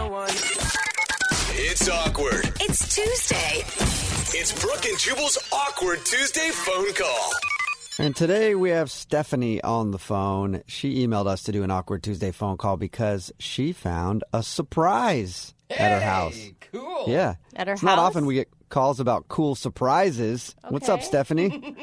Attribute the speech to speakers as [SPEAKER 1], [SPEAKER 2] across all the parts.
[SPEAKER 1] one.
[SPEAKER 2] It's awkward.
[SPEAKER 3] It's Tuesday.
[SPEAKER 2] It's Brooke and Jubal's awkward Tuesday phone call.
[SPEAKER 4] And today we have Stephanie on the phone. She emailed us to do an awkward Tuesday phone call because she found a surprise at her house.
[SPEAKER 5] Cool.
[SPEAKER 4] Yeah.
[SPEAKER 6] At her
[SPEAKER 4] it's not
[SPEAKER 6] house?
[SPEAKER 4] often we get calls about cool surprises. What's up,
[SPEAKER 6] Okay.
[SPEAKER 4] Stephanie?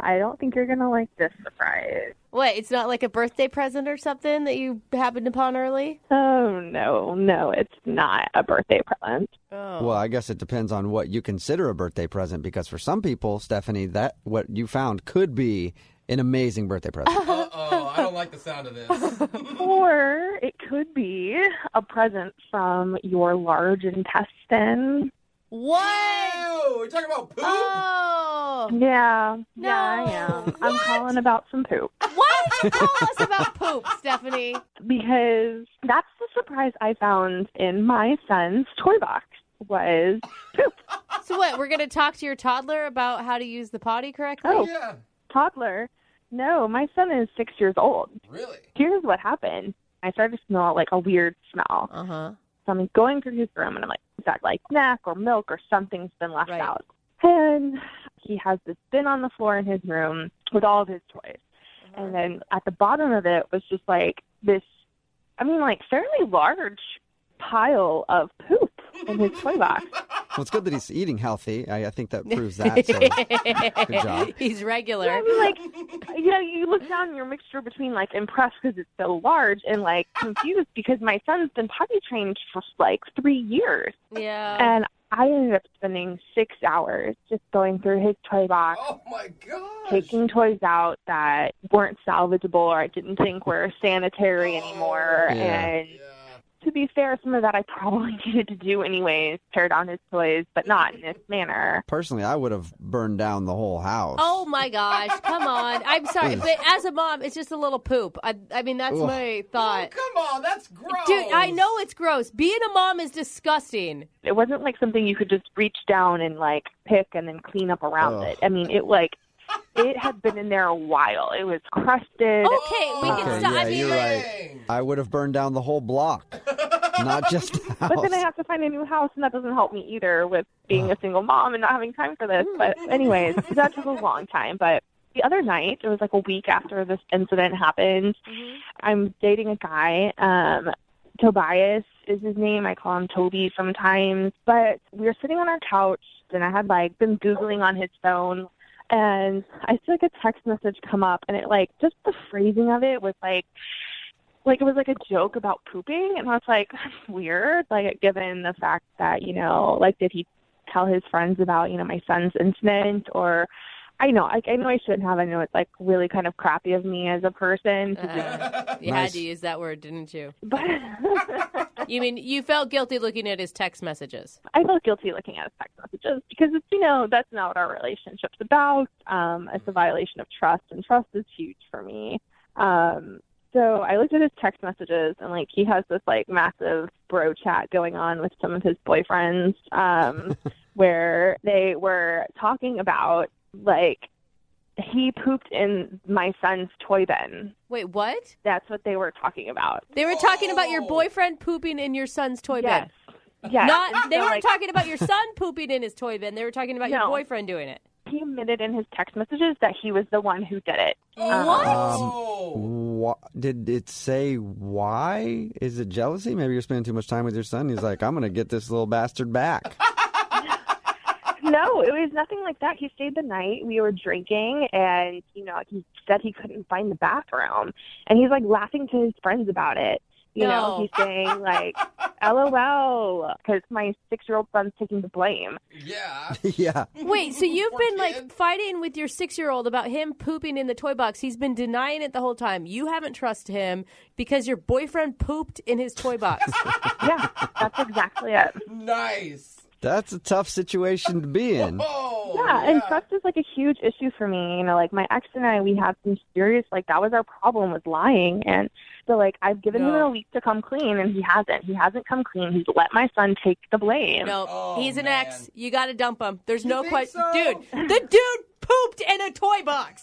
[SPEAKER 7] I don't think you're gonna like this surprise.
[SPEAKER 6] What? It's not like a birthday present or something that you happened upon early?
[SPEAKER 7] Oh no, no, it's not a birthday present.
[SPEAKER 6] Oh.
[SPEAKER 4] well, I guess it depends on what you consider a birthday present because for some people, Stephanie, that what you found could be an amazing birthday present.
[SPEAKER 5] Uh oh, I don't like the sound of this.
[SPEAKER 7] Or it could be a present from your large intestine.
[SPEAKER 6] What?
[SPEAKER 5] Ew, we're talking about poop?
[SPEAKER 6] Oh.
[SPEAKER 7] Yeah,
[SPEAKER 6] No.
[SPEAKER 7] yeah, I am. I'm calling about some poop
[SPEAKER 6] What? Tell us about poop, Stephanie.
[SPEAKER 7] because that's the surprise I found in my son's toy box was poop.
[SPEAKER 6] So what? We're going to talk to your toddler about how to use the potty correctly?
[SPEAKER 7] Oh.
[SPEAKER 5] Yeah,
[SPEAKER 7] Toddler. No, my son is six years old.
[SPEAKER 5] really?
[SPEAKER 7] Here's what happened. I started to smell like a weird smell.
[SPEAKER 6] Uh-huh.
[SPEAKER 7] So I'm going through his room and I'm like, is that like snack or milk or something's been left
[SPEAKER 6] Right.
[SPEAKER 7] out? And he has this bin on the floor in his room with all of his toys.
[SPEAKER 6] Uh-huh.
[SPEAKER 7] And then at the bottom of it was just like this, I mean, like fairly large pile of poop in his toy box.
[SPEAKER 4] well, it's good that he's eating healthy. I, I think that proves that. So good job.
[SPEAKER 6] He's
[SPEAKER 7] Yeah, I
[SPEAKER 6] regular.
[SPEAKER 7] mean, like, you know, you look down and you're a mixture between like impressed because it's so large and like confused because my son's been potty trained for like three years.
[SPEAKER 6] Yeah.
[SPEAKER 7] And I ended up spending six hours just going through his toy box,
[SPEAKER 5] Oh my gosh.
[SPEAKER 7] taking toys out that weren't salvageable or I didn't think were sanitary anymore.
[SPEAKER 4] Yeah.
[SPEAKER 7] And
[SPEAKER 5] Yeah.
[SPEAKER 7] to be fair, some of that I probably needed to do anyways, tear down his toys, but not in this manner.
[SPEAKER 4] Personally, I would have burned down the whole house.
[SPEAKER 6] Oh my gosh! Come on. I'm sorry,
[SPEAKER 4] Ugh.
[SPEAKER 6] but as a mom, it's just a little poop. I, I mean, that's
[SPEAKER 4] Ugh.
[SPEAKER 6] my
[SPEAKER 5] Oh,
[SPEAKER 6] thought.
[SPEAKER 5] come on, that's gross.
[SPEAKER 6] Dude, I know it's gross. Being a mom is disgusting.
[SPEAKER 7] It wasn't like something you could just reach down and like pick and then clean up around
[SPEAKER 4] Ugh.
[SPEAKER 7] it. I mean, it like it had been in there a while. It was crusted.
[SPEAKER 6] Okay, we can
[SPEAKER 4] Okay,
[SPEAKER 6] stop.
[SPEAKER 4] yeah,
[SPEAKER 6] I mean,
[SPEAKER 4] you're
[SPEAKER 6] like,
[SPEAKER 4] right.
[SPEAKER 5] Dang.
[SPEAKER 4] I would have burned down the whole block, not just the house.
[SPEAKER 7] But then I have to find a new house, and that doesn't help me either with being a single mom and not having time for this. But, anyways, that took a long time. But the other night, it was like a week after this incident happened. I'm dating a guy. Um, Tobias is his name. I call him Toby sometimes. But we were sitting on our couch, and I had like been Googling on his phone. And I see like a text message come up, and it like just the phrasing of it was like, like it was like a joke about pooping and I was like that's weird like given the fact that you know like did he tell his friends about you know my son's incident or I know I, I know I shouldn't have I know it's like really kind of crappy of me as a person to do
[SPEAKER 6] Uh, you
[SPEAKER 4] Nice.
[SPEAKER 6] had to use that word, didn't you?
[SPEAKER 7] but
[SPEAKER 6] You mean you felt guilty looking at his text messages?
[SPEAKER 7] I felt guilty looking at his text messages because it's you know that's not what our relationship's about. Um, it's a violation of trust, and trust is huge for me. Um, so I looked at his text messages, and like he has this like massive bro chat going on with some of his boyfriends, um, where they were talking about like he pooped in my son's toy bin.
[SPEAKER 6] Wait, what?
[SPEAKER 7] That's what they were talking about.
[SPEAKER 6] They were talking about your
[SPEAKER 5] Oh.
[SPEAKER 6] boyfriend pooping in your son's toy
[SPEAKER 7] Yes.
[SPEAKER 6] bin.
[SPEAKER 7] Yes.
[SPEAKER 6] Not
[SPEAKER 7] And
[SPEAKER 6] they
[SPEAKER 7] so,
[SPEAKER 6] weren't
[SPEAKER 7] like,
[SPEAKER 6] talking about your son pooping in his toy bin. They were talking about your
[SPEAKER 7] No.
[SPEAKER 6] boyfriend doing it.
[SPEAKER 7] he admitted in his text messages that he was the one who did it.
[SPEAKER 4] Um,
[SPEAKER 7] Um,
[SPEAKER 5] Oh.
[SPEAKER 4] Wha- did it say why? Is it jealousy? Maybe you're spending too much time with your son. He's like, I'm going to get this little bastard back.
[SPEAKER 7] No, it was nothing like that. He stayed the night. We were drinking, and you know, he said he couldn't find the bathroom, and he's like laughing to his friends about it. You
[SPEAKER 6] No.
[SPEAKER 7] know, he's saying like, "LOL," because my six-year-old son's taking the blame.
[SPEAKER 5] yeah.
[SPEAKER 4] yeah.
[SPEAKER 6] Wait, so you've
[SPEAKER 5] Poor
[SPEAKER 6] been
[SPEAKER 5] kid.
[SPEAKER 6] like fighting with your 6-year-old about him pooping in the toy box. He's been denying it the whole time. You haven't trusted him because your boyfriend pooped in his toy box.
[SPEAKER 7] Yeah, that's exactly it.
[SPEAKER 5] Nice.
[SPEAKER 4] That's a tough situation to be in.
[SPEAKER 5] Oh.
[SPEAKER 7] Yeah, and trust is like a huge issue for me. You know, like my ex and I, we had some serious like that was our problem was lying, and so like I've given him
[SPEAKER 6] No.
[SPEAKER 7] a week to come clean, and he hasn't. He hasn't come clean. He's let my son take the blame.
[SPEAKER 6] No,
[SPEAKER 5] Oh,
[SPEAKER 6] he's an
[SPEAKER 5] man.
[SPEAKER 6] ex. You got to dump him. There's no
[SPEAKER 5] think
[SPEAKER 6] question,
[SPEAKER 5] so?
[SPEAKER 6] dude. The dude pooped in a toy box.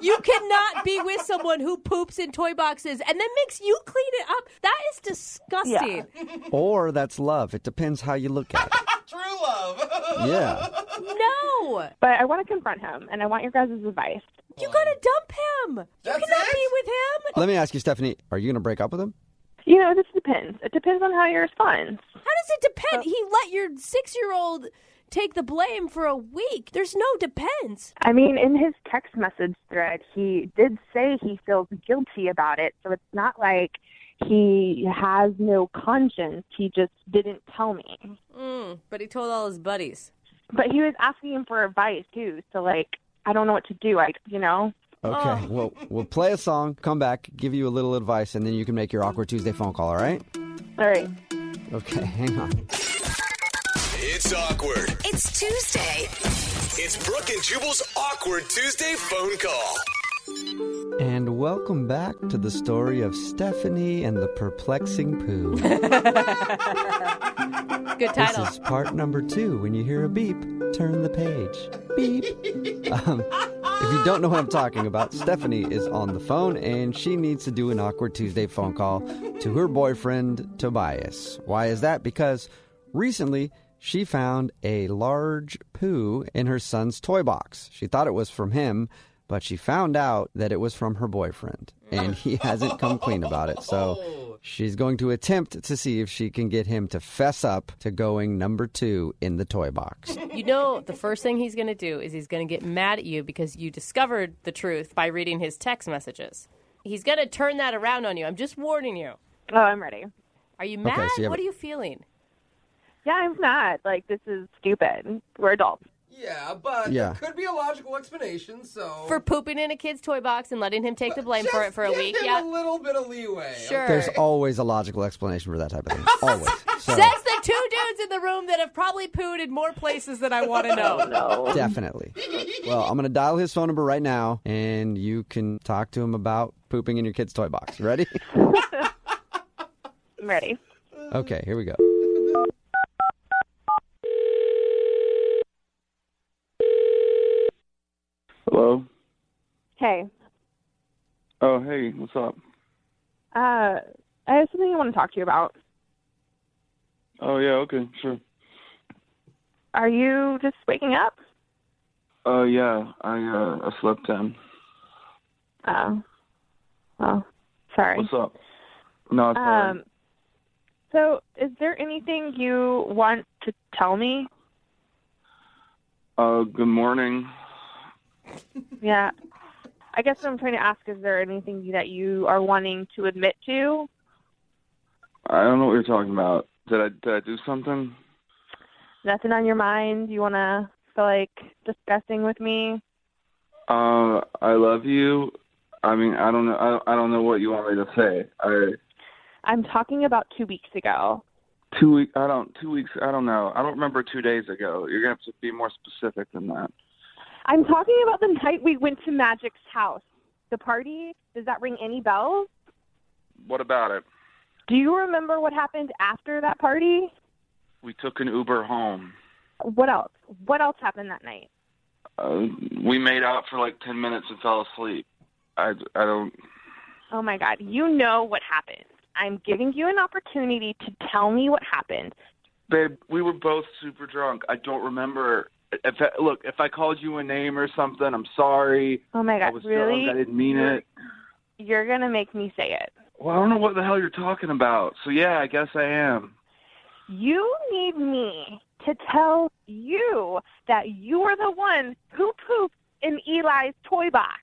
[SPEAKER 6] You cannot be with someone who poops in toy boxes and then makes you clean it up. That is disgusting.
[SPEAKER 4] Or that's love. It depends how you look at it.
[SPEAKER 5] True love.
[SPEAKER 4] Yeah.
[SPEAKER 6] No.
[SPEAKER 7] But I want to confront him, and I want your guys' advice.
[SPEAKER 6] You gotta dump him.
[SPEAKER 5] Oh. That's
[SPEAKER 6] you cannot
[SPEAKER 5] it?
[SPEAKER 6] be with him.
[SPEAKER 4] Let me ask you, Stephanie, are you going to break up with him?
[SPEAKER 7] You know, this depends. It depends on how you respond.
[SPEAKER 6] How does it depend? He let your six year old take the blame for a week. There's no depends.
[SPEAKER 7] I mean, in his text message thread, he did say he feels guilty about it. So it's not like he has no conscience. He just didn't tell me.
[SPEAKER 6] Mm, but he told all his buddies.
[SPEAKER 7] But he was asking him for advice too. So like, I don't know what to do. I, you know, Oh.
[SPEAKER 4] Okay. Well, we'll play a song, come back, give you a little advice, and then you can make your awkward Tuesday phone call, all right?
[SPEAKER 7] all right.
[SPEAKER 4] Okay, hang on.
[SPEAKER 2] It's awkward.
[SPEAKER 1] It's Tuesday.
[SPEAKER 2] It's Brooke and Jubal's awkward Tuesday phone call.
[SPEAKER 4] And welcome back to the story of Stephanie and the perplexing poo.
[SPEAKER 6] Good
[SPEAKER 4] This
[SPEAKER 6] title.
[SPEAKER 4] is part number two. When you hear a beep, turn the page. Beep. Um, if you don't know what I'm talking about, Stephanie is on the phone and she needs to do an awkward Tuesday phone call to her boyfriend, Tobias. Why is that? Because recently she found a large poo in her son's toy box. She thought it was from him, but she found out that it was from her boyfriend and he hasn't come clean about it. So she's going to attempt to see if she can get him to fess up to going number two in the toy box.
[SPEAKER 6] You know, the first thing he's gonna do is he's gonna get mad at you because you discovered the truth by reading his text messages. He's gonna turn that around on you. I'm just warning you.
[SPEAKER 7] Oh, I'm ready.
[SPEAKER 6] Are you mad?
[SPEAKER 4] so you have
[SPEAKER 6] what
[SPEAKER 4] a-
[SPEAKER 6] are you feeling?
[SPEAKER 7] Yeah, I'm not. Like, this is stupid. We're adults.
[SPEAKER 5] Yeah, but
[SPEAKER 4] Yeah.
[SPEAKER 5] there could be a logical explanation. So
[SPEAKER 6] For pooping in a kid's toy box and letting him take the blame
[SPEAKER 5] Just
[SPEAKER 6] for it for a
[SPEAKER 5] give
[SPEAKER 6] week.
[SPEAKER 5] him
[SPEAKER 6] Yeah.
[SPEAKER 5] a little bit of leeway.
[SPEAKER 6] Sure.
[SPEAKER 4] There's always a logical explanation for that type of thing. Always. So,
[SPEAKER 6] Says the two dudes in the room that have probably pooed in more places than I want to know.
[SPEAKER 7] No.
[SPEAKER 4] definitely. Well, I'm going to dial his phone number right now and you can talk to him about pooping in your kid's toy box. You Ready?
[SPEAKER 7] I'm ready.
[SPEAKER 4] Okay, here we go.
[SPEAKER 3] Hello.
[SPEAKER 7] Hey,
[SPEAKER 3] Oh, hey, what's up?
[SPEAKER 7] uh, I have something I want to talk to you about.
[SPEAKER 3] Oh, yeah, okay, sure.
[SPEAKER 7] Are you just waking up?
[SPEAKER 3] Oh, yeah, I uh, I slept in.
[SPEAKER 7] Oh. Oh, sorry.
[SPEAKER 3] What's up? No, it's alright.
[SPEAKER 7] Um, so, is there anything you want to tell me?
[SPEAKER 3] Uh, good morning.
[SPEAKER 7] Yeah. I guess what I'm trying to ask is there anything that you are wanting to admit to?
[SPEAKER 3] I don't know what you're talking about. Did I did I do something?
[SPEAKER 7] Nothing on your mind you want to feel like discussing with me?
[SPEAKER 3] Uh, I love you. I mean, I don't know. I, I don't know what you want me to say. I
[SPEAKER 7] I'm talking about two weeks ago.
[SPEAKER 3] two week. I don't two weeks. I don't know. I don't remember two days ago. You're gonna have to be more specific than that.
[SPEAKER 7] I'm talking about the night we went to Magic's house. The party, does that ring any bells?
[SPEAKER 3] What about it?
[SPEAKER 7] Do you remember what happened after that party?
[SPEAKER 3] We took an Uber home.
[SPEAKER 7] What else? What else happened that night?
[SPEAKER 3] Uh, we made out for like ten minutes and fell asleep. I I don't.
[SPEAKER 7] Oh my God, you know what happened. I'm giving you an opportunity to tell me what happened.
[SPEAKER 3] Babe, we were both super drunk. I don't remember. If I, look, if I called you a name or something, I'm sorry.
[SPEAKER 7] Oh my
[SPEAKER 3] I
[SPEAKER 7] God,
[SPEAKER 3] was
[SPEAKER 7] really?
[SPEAKER 3] drunk. I didn't mean it.
[SPEAKER 7] You're going to make me say it.
[SPEAKER 3] Well, I don't know what the hell you're talking about. So yeah, I guess I am.
[SPEAKER 7] You need me to tell you that you were the one who pooped in Eli's toy box.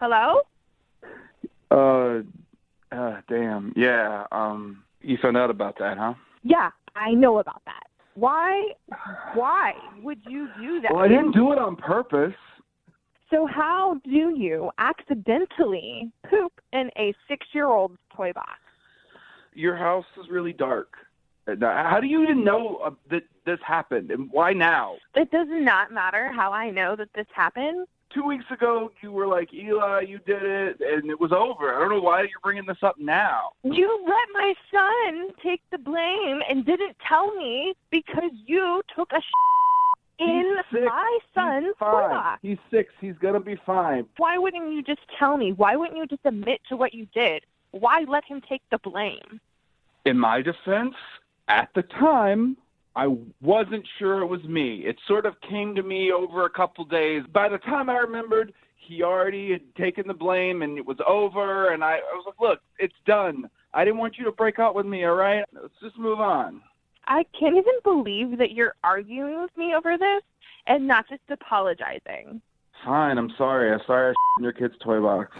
[SPEAKER 7] Hello?
[SPEAKER 3] Uh, uh, damn. Yeah. Um, you found out about that, huh?
[SPEAKER 7] Yeah, I know about that. Why? Why would you do that?
[SPEAKER 3] Well, I didn't do it on purpose.
[SPEAKER 7] So how do you accidentally poop in a six-year-old's toy box?
[SPEAKER 3] Your house is really dark. And, uh, How do you even know uh, that this happened and why now?
[SPEAKER 7] It does not matter how I know that this happened.
[SPEAKER 3] Two weeks ago, you were like, Eli, you did it, and it was over. I don't know why you're bringing this up now.
[SPEAKER 7] You let my son take the blame and didn't tell me because you took a sh- in
[SPEAKER 3] He's six.
[SPEAKER 7] my son's
[SPEAKER 3] Fine.
[SPEAKER 7] Furlock.
[SPEAKER 3] He's six. He's gonna be fine.
[SPEAKER 7] Why wouldn't you just tell me? Why wouldn't you just admit to what you did? Why let him take the blame?
[SPEAKER 3] In my defense, at the time, I wasn't sure it was me. It sort of came to me over a couple days. By the time I remembered, he already had taken the blame and it was over. And I, I was like, look, it's done. I didn't want you to break up with me, all right? Let's just move on.
[SPEAKER 7] I can't even believe that you're arguing with me over this and not just apologizing.
[SPEAKER 3] Fine, I'm sorry. I'm sorry I in your kid's toy box.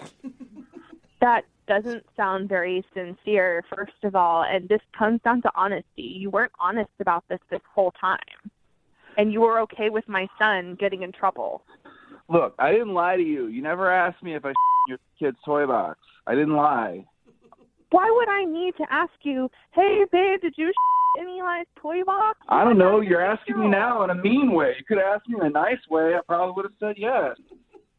[SPEAKER 7] That doesn't sound very sincere, first of all, and this comes down to honesty. You weren't honest about this this whole time. And you were okay with my son getting in trouble.
[SPEAKER 3] Look, I didn't lie to you. You never asked me if I in your kid's toy box. I didn't lie.
[SPEAKER 7] Why would I need to ask you, hey, babe, did you in Eli's toy box?
[SPEAKER 3] I don't know. You're asking me now in a mean way. You could have asked me in a nice way. I probably would have said yes.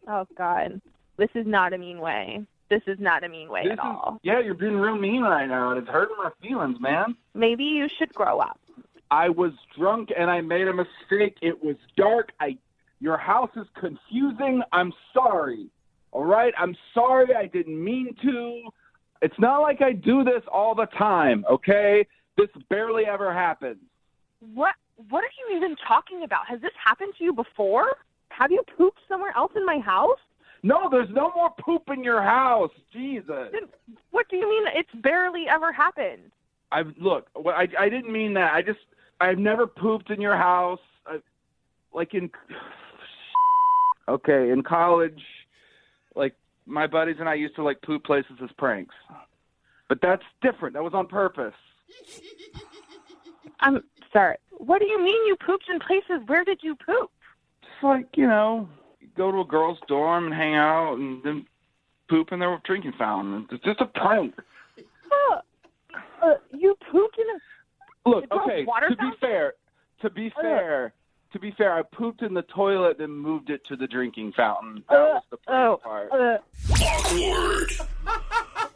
[SPEAKER 7] Oh, God. This is not a mean way. This is not a mean way
[SPEAKER 3] This
[SPEAKER 7] at
[SPEAKER 3] is-
[SPEAKER 7] all.
[SPEAKER 3] yeah, you're being real mean right now, and it's hurting my feelings, man.
[SPEAKER 7] Maybe you should grow up.
[SPEAKER 3] I was drunk and I made a mistake. It was dark. I, your house is confusing. I'm sorry. All right, I'm sorry. I didn't mean to. It's not like I do this all the time. Okay, this barely ever happens.
[SPEAKER 7] What What are you even talking about? Has this happened to you before? Have you pooped somewhere else in my house?
[SPEAKER 3] No, there's no more poop in your house. Jesus.
[SPEAKER 7] Then What do you mean it's barely ever happened?
[SPEAKER 3] I've look. what- I I didn't mean that. I just I've never pooped in your house. I, like in okay in college, like my buddies and I used to like poop places as pranks, but that's different. That was on purpose.
[SPEAKER 7] I'm sorry. What do you mean you pooped in places? Where did you poop?
[SPEAKER 3] Just like you know, go to a girl's dorm and hang out, and then poop in their drinking fountain. It's just a prank.
[SPEAKER 7] Huh. Uh, you pooped in a.
[SPEAKER 3] Look,
[SPEAKER 7] It's all
[SPEAKER 3] okay.
[SPEAKER 7] water
[SPEAKER 3] To be
[SPEAKER 7] fountain?
[SPEAKER 3] fair, to be fair, to be fair, I pooped in the toilet and moved it to the drinking fountain. That was the prank
[SPEAKER 7] Oh,
[SPEAKER 3] part.
[SPEAKER 7] uh,
[SPEAKER 2] Awkward.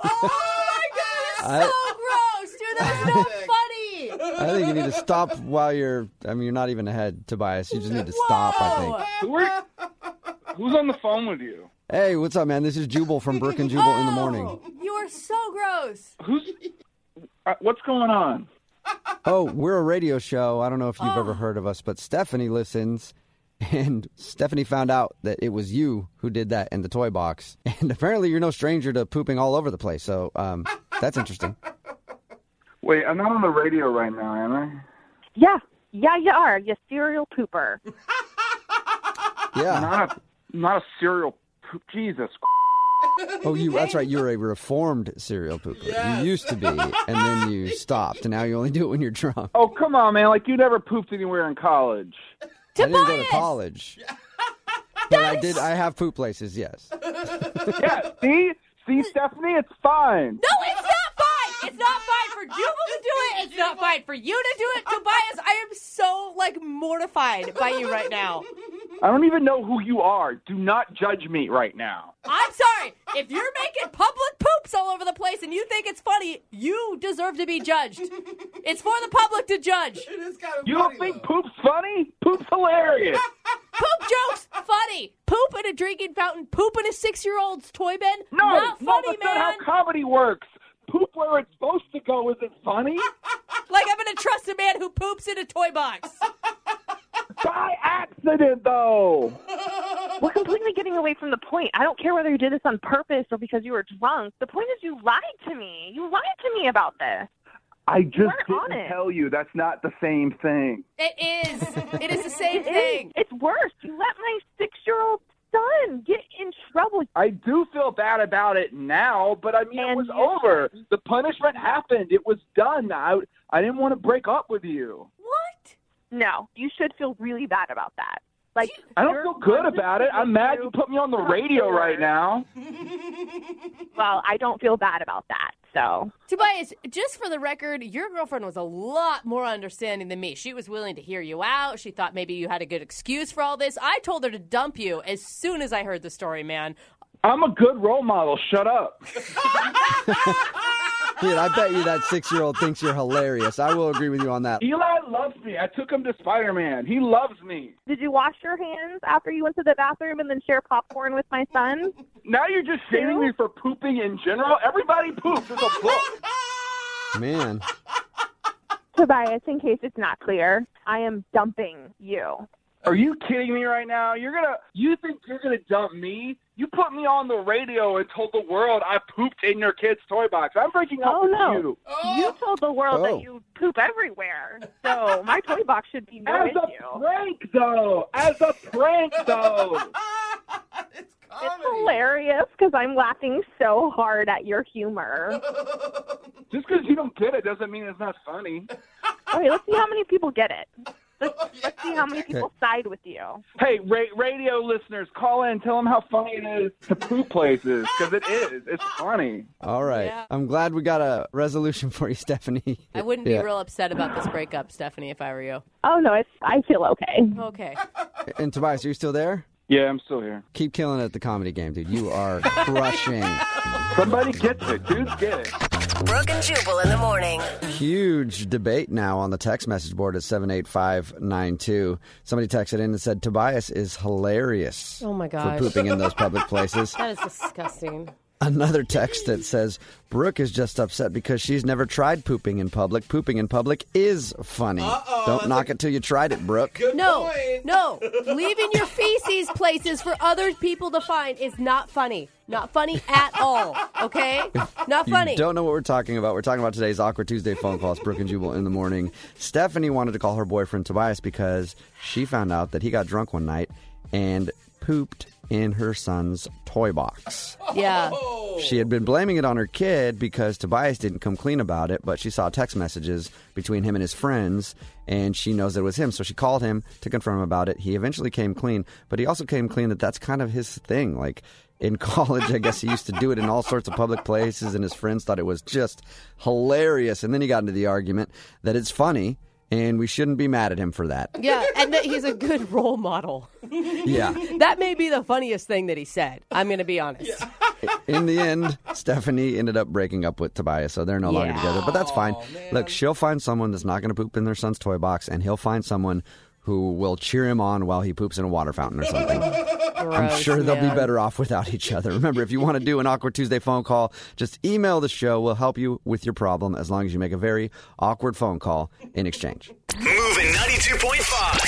[SPEAKER 6] Oh my god, it's so gross, dude. That was not funny.
[SPEAKER 4] I think you need to stop while you're. I mean, you're not even ahead, Tobias. You just need to stop. I think.
[SPEAKER 3] Who are- who's on the phone with you?
[SPEAKER 4] Hey, what's up, man? This is Jubal from Brook and Jubal in the morning.
[SPEAKER 6] You are so gross.
[SPEAKER 3] Who's uh, what's going on?
[SPEAKER 4] Oh, we're a radio show. I don't know if you've ever heard of us, but Stephanie listens. And Stephanie found out that it was you who did that in the toy box. And apparently, you're no stranger to pooping all over the place. So um, that's interesting.
[SPEAKER 3] Wait, I'm not on the radio right now, am I?
[SPEAKER 7] yeah, yeah, you are. You serial pooper.
[SPEAKER 4] Yeah.
[SPEAKER 3] Not a not a serial. poop- Jesus.
[SPEAKER 4] Oh, you. That's right. You're a reformed serial pooper. You used to be, and then you stopped, and now you only do it when you're drunk.
[SPEAKER 3] Oh come on, man! Like you never pooped anywhere in college.
[SPEAKER 4] I didn't go to college. But I did. I have poop places. Yes.
[SPEAKER 3] Yeah. see, see, Stephanie, it's fine.
[SPEAKER 6] No, it's not fine. It's not fine for Jubal to do it. It's not fine for you to do it, Tobias. I am so like mortified by you right now.
[SPEAKER 3] I don't even know who you are. Do not judge me right now.
[SPEAKER 6] I'm sorry. If you're making public poops all over the place and you think it's funny, you deserve to be judged. It's for the public to judge.
[SPEAKER 5] It is kind of
[SPEAKER 3] You
[SPEAKER 5] funny,
[SPEAKER 3] don't think
[SPEAKER 5] though.
[SPEAKER 3] poop's funny? Poop's hilarious.
[SPEAKER 6] Poop jokes, funny. Poop in a drinking fountain. Poop in a six-year-old's toy bin.
[SPEAKER 3] No,
[SPEAKER 6] not
[SPEAKER 3] no,
[SPEAKER 6] funny,
[SPEAKER 3] that's
[SPEAKER 6] man.
[SPEAKER 3] not how comedy works. Poop where it's supposed to go isn't funny.
[SPEAKER 6] Like I'm gonna trust a man who poops in a toy box.
[SPEAKER 3] By accident, though.
[SPEAKER 7] We're completely getting away from the point. I don't care whether you did this on purpose or because you were drunk. The point is you lied to me. You lied to me about this.
[SPEAKER 3] I just
[SPEAKER 7] We're on it.
[SPEAKER 3] you that's not the same thing.
[SPEAKER 6] It is. It is the same
[SPEAKER 7] It
[SPEAKER 6] thing.
[SPEAKER 7] is. It's worse. You let my six year old son get in trouble.
[SPEAKER 3] I do feel bad about it now, but I mean, it
[SPEAKER 7] And
[SPEAKER 3] was
[SPEAKER 7] you-
[SPEAKER 3] over. The punishment happened. It was done. I, I didn't want to break up with you.
[SPEAKER 6] What?
[SPEAKER 7] No, you should feel really bad about that. Like
[SPEAKER 3] I don't
[SPEAKER 7] your
[SPEAKER 3] feel good
[SPEAKER 7] conscience
[SPEAKER 3] about it.
[SPEAKER 7] is
[SPEAKER 3] I'm mad you put me on the radio right now.
[SPEAKER 7] Well, I don't feel bad about that. So
[SPEAKER 6] Tobias, just for the record, your girlfriend was a lot more understanding than me. She was willing to hear you out. She thought maybe you had a good excuse for all this. I told her to dump you as soon as I heard the story, man.
[SPEAKER 3] I'm a good role model. Shut up.
[SPEAKER 4] kid, I bet you that six year old thinks you're hilarious. I will agree with you on that.
[SPEAKER 3] Eli loves me. I took him to Spider Man. He loves me.
[SPEAKER 7] Did you wash your hands after you went to the bathroom and then share popcorn with my son?
[SPEAKER 3] Now you're just shaming me for pooping in general. Everybody poops. It's a book.
[SPEAKER 4] Man.
[SPEAKER 7] Tobias, in case it's not clear, I am dumping you.
[SPEAKER 3] Are you kidding me right now? You're gonna. You think you're gonna dump me? You put me on the radio and told the world I pooped in your kid's toy box. I'm breaking up
[SPEAKER 7] Oh,
[SPEAKER 3] with
[SPEAKER 7] no.
[SPEAKER 3] you.
[SPEAKER 7] You told the world
[SPEAKER 4] Oh.
[SPEAKER 7] that you poop everywhere, so my toy box should be no
[SPEAKER 3] As
[SPEAKER 7] issue.
[SPEAKER 3] a prank, though. As a prank, though.
[SPEAKER 5] it's
[SPEAKER 7] It's
[SPEAKER 5] comedy.
[SPEAKER 7] hilarious because I'm laughing so hard at your humor.
[SPEAKER 3] Just because you don't get it doesn't mean it's not funny.
[SPEAKER 7] Okay, let's see how many people get it.
[SPEAKER 5] Let's
[SPEAKER 7] See how many people side with you.
[SPEAKER 3] Hey, ra- radio listeners, call in. Tell them how funny it is to poop places because it is. It's funny.
[SPEAKER 4] All right.
[SPEAKER 6] Yeah.
[SPEAKER 4] I'm glad we got a resolution for you, Stephanie.
[SPEAKER 6] I wouldn't
[SPEAKER 4] Yeah.
[SPEAKER 6] be real upset about this breakup, Stephanie, if I were you.
[SPEAKER 7] Oh no, it's I feel okay.
[SPEAKER 6] Okay.
[SPEAKER 4] And Tobias, are you still there?
[SPEAKER 3] Yeah, I'm still here.
[SPEAKER 4] Keep killing it at the comedy game, dude. You are crushing.
[SPEAKER 3] Somebody gets it. Dudes get it.
[SPEAKER 1] Brooke and Jubal in the morning.
[SPEAKER 4] Huge debate now on the text message board at 78592. Somebody texted in and said, Tobias is hilarious.
[SPEAKER 6] Oh my
[SPEAKER 4] For
[SPEAKER 6] gosh.
[SPEAKER 4] pooping in those public places.
[SPEAKER 6] That is disgusting.
[SPEAKER 4] Another text that says, Brooke is just upset because she's never tried pooping in public. Pooping in public is funny. Don't knock it till you tried it, Brooke.
[SPEAKER 5] Good
[SPEAKER 6] No,
[SPEAKER 5] point.
[SPEAKER 6] no. Leaving your feces places for other people to find is not funny. Not funny at all. Okay? Not funny.
[SPEAKER 4] You don't know what we're talking about. We're talking about today's Awkward Tuesday phone calls, Brooke and Jubal in the morning. Stephanie wanted to call her boyfriend Tobias because she found out that he got drunk one night and pooped in her son's toy box.
[SPEAKER 6] Yeah.
[SPEAKER 4] She had been blaming it on her kid because Tobias didn't come clean about it, but she saw text messages between him and his friends, and she knows that it was him. So she called him to confirm about it. He eventually came clean, but he also came clean that that's kind of his thing. Like in college, I guess he used to do it in all sorts of public places, and his friends thought it was just hilarious. And then he got into the argument that it's funny. And we shouldn't be mad at him for that.
[SPEAKER 6] Yeah. And that he's a good role model.
[SPEAKER 4] Yeah.
[SPEAKER 6] That may be the funniest thing that he said. I'm going to be honest.
[SPEAKER 4] in the end, Stephanie ended up breaking up with Tobias, so they're no longer
[SPEAKER 6] Yeah.
[SPEAKER 4] together. But that's fine. Look, she'll find someone that's not going to poop in their son's toy box, and he'll find someone who will cheer him on while he poops in a water fountain or something. I'm
[SPEAKER 6] Gross,
[SPEAKER 4] sure they'll
[SPEAKER 6] man.
[SPEAKER 4] be better off without each other. Remember, if you want to do an Awkward Tuesday phone call, just email the show. We'll help you with your problem as long as you make a very awkward phone call in exchange.
[SPEAKER 2] Moving 92.5.